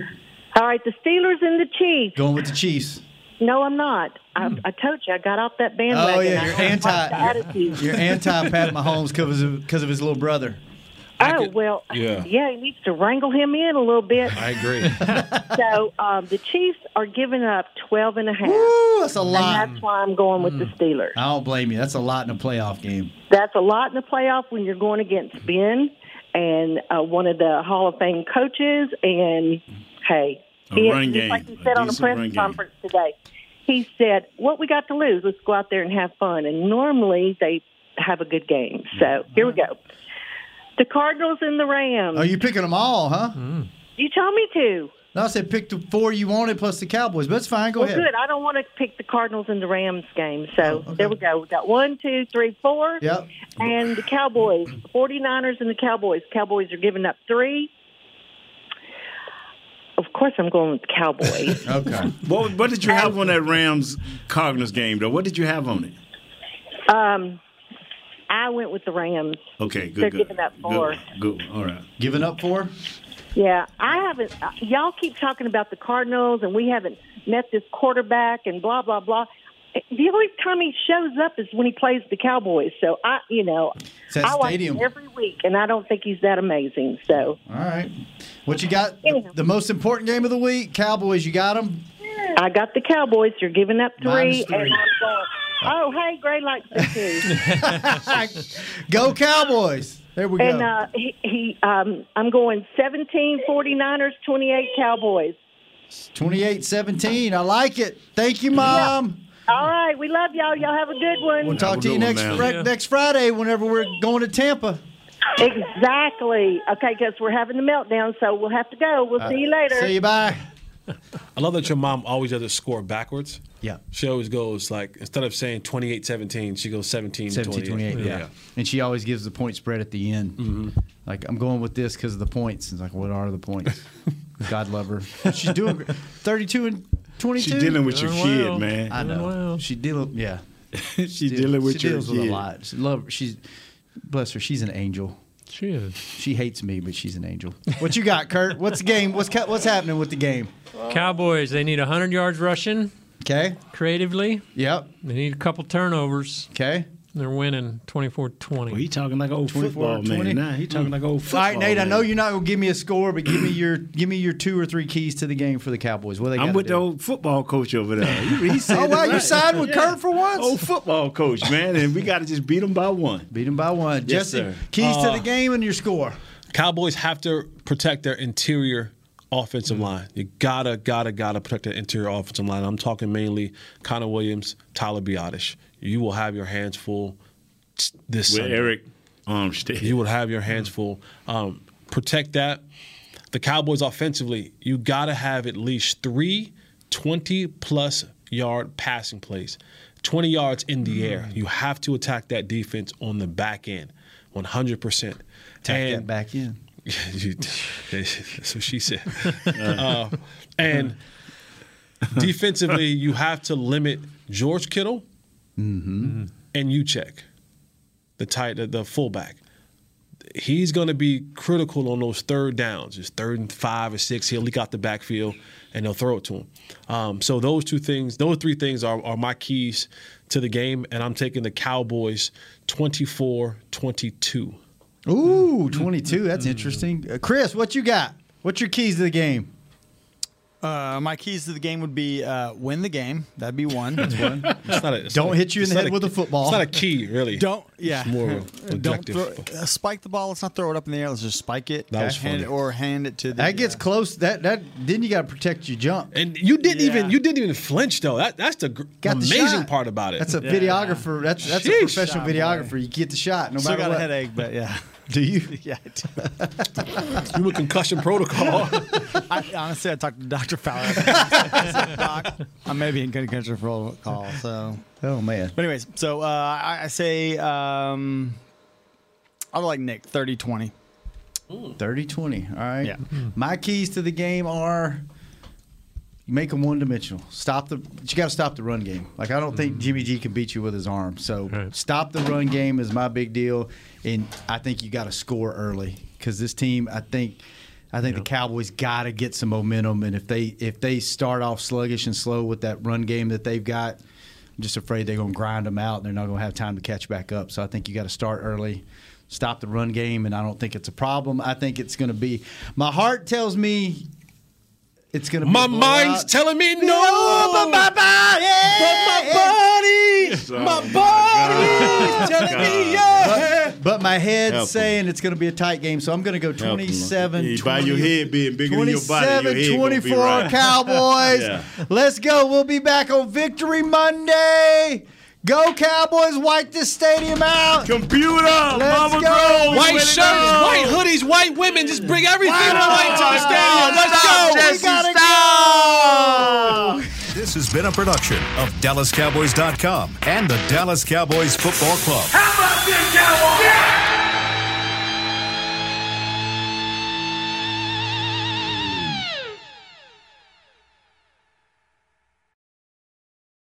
All right, the Steelers and the Chiefs.
Going with the Chiefs.
No, I'm not. I, I told you I got off that bandwagon.
Hmm. Oh yeah,
I
you're
don't like the
anti.
attitude.
You're anti Pat Mahomes because of because of his little brother.
Oh well,
Yeah.
yeah. he needs to wrangle him in a little bit.
I agree.
so um, the Chiefs are giving up twelve and a half.
that's a lot. Mm.
And that's why I'm going with the Steelers.
I don't blame you. That's a lot in a playoff game.
That's a lot in the playoff when you're going against Ben and uh, one of the Hall of Fame coaches. And hey,
A
he-
run
just
game,
like he
a
said on the
decent run
press
game.
conference today, he said, "What we got to lose? Let's go out there and have fun." And normally they have a good game. So here we go.
Mm-hmm.
The Cardinals and the Rams.
Oh, you picking them all, huh?
Hmm.
You told me to.
No, I said pick the four you wanted plus the Cowboys, but it's fine. Go
well,
ahead. Oh,
good. I don't want to pick the Cardinals and the Rams game. So there we go. We got one, two, three, four.
Yep.
And the Cowboys, 49ers and the Cowboys. Cowboys are giving up three. Of course, I'm going with the Cowboys.
[LAUGHS] Okay.
what, what did you have on that Rams Cardinals game though? What did you have on it?
um, I went with the Rams.
Okay, good.
They're
good.
giving up four.
Good, good. All right.
Giving up four?
Yeah, I haven't. uh, Y'all keep talking about the Cardinals, and we haven't met this quarterback, and blah blah blah. The only time he shows up is when he plays the Cowboys. So I, you know,
It's that
I watch
stadium.
him every week, and I don't think he's that amazing. So
All right. What you got? The, the most important game of the week, Cowboys. You got them.
I got the Cowboys. You're giving up
Minus
three,
three.
and I'm going. Oh, hey, Gray likes the two.
[LAUGHS] Go Cowboys. There we go.
and uh, he, he um, I'm going 17 49ers, 28 Cowboys.
28-17. I like it. Thank you, mom.
All right, we love y'all. Y'all have a good one.
We'll talk to you next fri-
Yeah.
next Friday whenever we're going to Tampa.
Exactly. Okay, guess we're having the meltdown, so we'll have to go. We'll see you later.
See you. Bye.
I love that your mom always has a score backwards.
Yeah.
She always goes like instead of saying 28-17, she goes 17
17-28, yeah. And she always gives the point spread at the end.
Mm-hmm.
Like, I'm going with this because of the points. It's like, what are
[LAUGHS]
the points? God love her. She's doing great. 32 and 22.
She's dealing with your Doing kid, Uh, well. man.
I
Doing
know. She dealing, yeah.
She's
[LAUGHS] She deal-
dealing with
she
your
deals with
kid.
a lot. She love, she's, bless her, she's an angel. She is. She hates me, but she's an angel. What you got, Kurt? What's the game? What's ca- what's happening with the game?
Cowboys, they need 100 yards rushing.
Okay.
Creatively.
Yep.
They need a couple turnovers.
Okay.
They're winning 24 20. Well,
he talking like old
24, 20? Hmm. All right, Nate. I know you're not gonna give me a score, but give me your give me your two or three keys to the game for the Cowboys. What they
I'm
gotta
with
do?
the old football coach over there. He,
[LAUGHS]
he said
Oh,
it
wow, you
right.
siding with Kurt for once?
Old football coach, man, and we got to just beat him by one.
Beat him by one.
Yes,
Jesse,
sir. Oh.
keys to
Uh,
the game and your score.
Cowboys have to protect their interior
Mm-hmm.
offensive line. You gotta, gotta, gotta protect their interior offensive line. I'm talking mainly Connor Williams, Tyler Biotish. You will have your hands full t- this
With
Sunday.
Eric Armstead. Mm-hmm.
You will have your hands full. Um, protect that. The Cowboys offensively, you gotta have at least three 20 plus yard passing plays. 20 yards in the air.
Mm.
You have to attack that defense on the back end, 100%.
Attack
And-
that back in.
[LAUGHS] you, that's what she
[LAUGHS]
said. Uh, and defensively, you have to limit George Kittle
Mm-hmm.
and you check the tight the, the fullback. He's going to be critical on those third downs. It's third and five or six. He'll leak out the backfield and they'll throw it to him. Um, so those two things, those three things are, are my keys to the game. And I'm taking the Cowboys 24 22.
Ooh, 22. That's interesting. Uh, Chris, what you got? What's your keys to the game?
Uh, my keys to the game would be uh, win the game. That'd be one.
That's one. It's not a- it's Don't not a- hit you in it's the not head a- with a football. it's not a key, really.
Don't. Yeah.
It's more of an
[LAUGHS] Don't
objective.
throw, uh, spike the ball. Let's not throw it up in the air. Let's just spike it.
That was
hand
funny.
it or hand it to the. uh,
That gets close. That that then you got to protect your jump.
And you didn't even you didn't even flinch though. That that's the gr-
Got the
amazing
shot.
part about it.
That's a videographer. That's that's a
Sheesh.
professional
Shot, boy.
videographer. You get the shot no
Still
matter
got a
what.
headache, but yeah.
[LAUGHS] Do you?
[LAUGHS] yeah, I do.
You were concussion
[LAUGHS]
protocol.
I, honestly, I talked to Dr. Fowler. I said, Doc, I may be in concussion protocol. So,
Oh man.
but anyways, so uh, I, I say um, I would like Nick 30 20.
30 20. All right. My keys to the game are you make them one dimensional. Stop the you got to stop the run game. Like I don't think Jimmy G can beat you with his arm. So stop the run game is my big deal and I think you got to score early cuz this team I think I think the Cowboys got to get some momentum and if they if they start off sluggish and slow with that run game that they've got I'm just afraid they're going to grind them out and they're not going to have time to catch back up. So I think you got to start early, stop the run game, and I don't think it's a problem. I think it's going to be. My heart tells me it's going to be.
My
a blowout.
mind's telling me no.
but my body.
But
Oh,
my body. my body's telling me yeah.
But, but my head's
Help 'em.
saying it's going to be a tight game, so I'm going to go
Help 'em.
27
You buy your head being bigger than your body, your head
27
gonna be
24
right. [LAUGHS]
Cowboys.
Yeah.
Let's go. We'll be back on Victory Monday. Go Cowboys! Wipe this stadium out.
Computer,
Let's
Mama
go.
Grown, White shirts, white hoodies, white women. Just bring everything white to the stadium. Let's go.
We gotta go.
This has been a production of DallasCowboys.com and the Dallas Cowboys Football Club.
How about this, Cowboys? Yeah!